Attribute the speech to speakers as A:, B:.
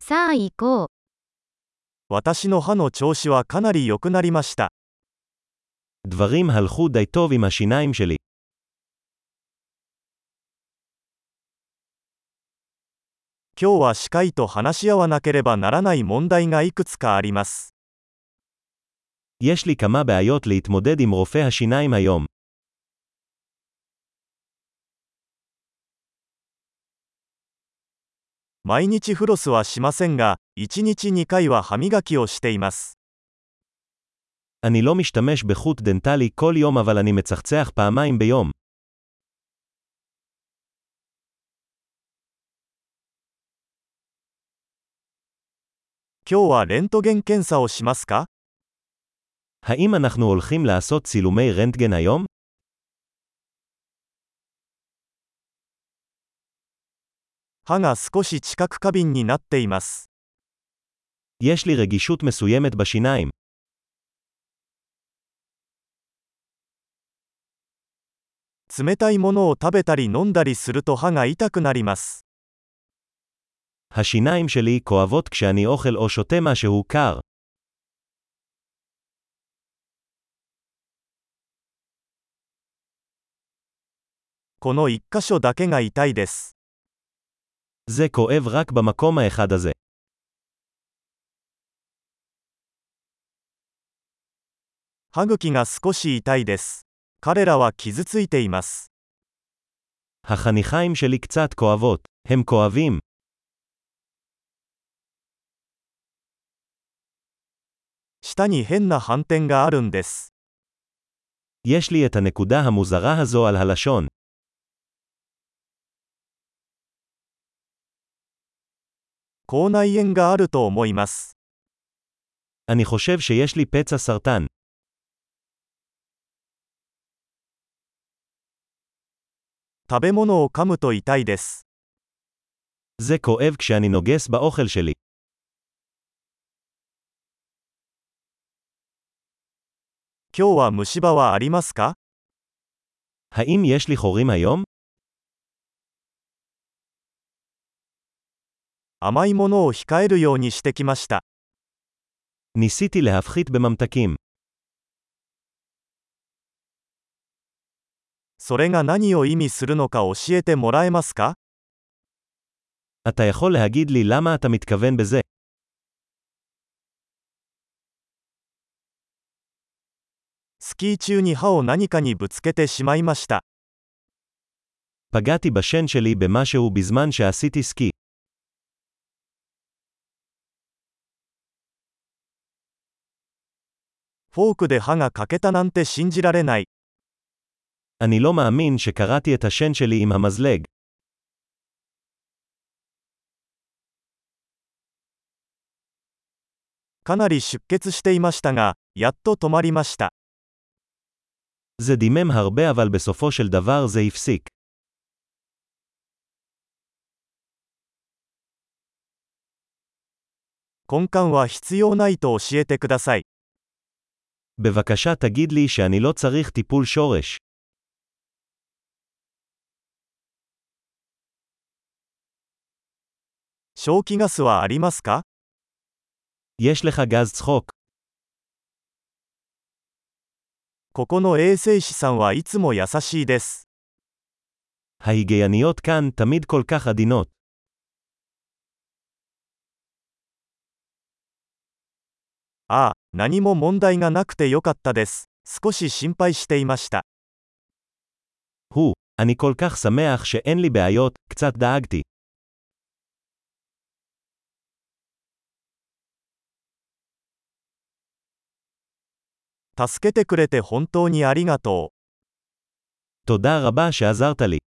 A: さあ行こう。
B: 私の歯の調子はかなり良くなりました。
C: דברים הלכו די טוב עם השיניים שלי.
B: 今日は歯科医と話し合わなければならない問題がいくつかあります。
C: יש לי כמה בעיות להתמודד עם רופא השיניים היום.
B: 毎日フロスはしませんが、1日2回は歯磨きをしています。
C: אני לא משתמש בחוט דנטלי כל יום אבל אני מצחצח פעמיים ביום.
B: 今日はレントゲン検査をしますか
C: האם אנחנו הולכים לעשות צילומי רנטגן היום?
B: 歯が少し知覚過敏になっています。
C: יש לי רגישות מסוימת בשיניים.
B: 冷たいものを食べたり飲んだりすると歯が痛くなります。
C: השיניים שלי כואבות כשאני אוכל או שותה משהו קר.
B: この1箇所だけが痛いです。
C: זה כואב רק במקום האחד הזה.
B: 歯茎が少し痛いです。彼らは傷ついています。
C: החניכיים שלי קצת כואבות. הם כואבים.
B: 下に変な斑点があるんです。
C: יש לי את הנקודה המוזרה הזו על הלשון.
B: 口内炎があると思います。
C: אני חושב שיש לי פצע סרטן.
B: 食べ物を噛むと痛いです。
C: זה כואב כשאני נוגס באוכל שלי.
B: 今日は虫歯はありますか
C: האם יש לי חורים היום?
B: 甘いものを控えるようにしてきました。
C: ניסיתי להפחית בממתקים.
B: それが何を意味するのか教えてもらえますか
C: אתה יכול להגיד לי למה אתה מתכוון בזה?
B: スキー中に歯を何かにぶつけてしまいました。
C: פגעתי בשן שלי במשהו בזמן שעשיתי סקי.
B: フォークで歯が欠けたなんて信じられない。
C: אני לא מאמין שקרעתי את השן שלי עם המזלג.
B: かなり出血していましたが、やっと止まりました。
C: זה דימם הרבה אבל בסופו של דבר זה הפסיק.
B: 根幹は必要ないと教えてください。
C: בבקשה תגיד לי שאני לא צריך טיפול שורש.
B: 消気ガスはありますか
C: יש לך גז צחוק.
B: ここの衛生士さんはいつも優しいです。
C: ההיגייניות כאן תמיד כל כך עדינות.
B: ああ、何も問題がなくてよかったです。少し心配していました。
C: הוא, אני כל כך שמח שאין לי בעיות, קצת דאגתי.
B: 助けてくれて本当にありがとう。
C: תודה רבה שעזרת לי.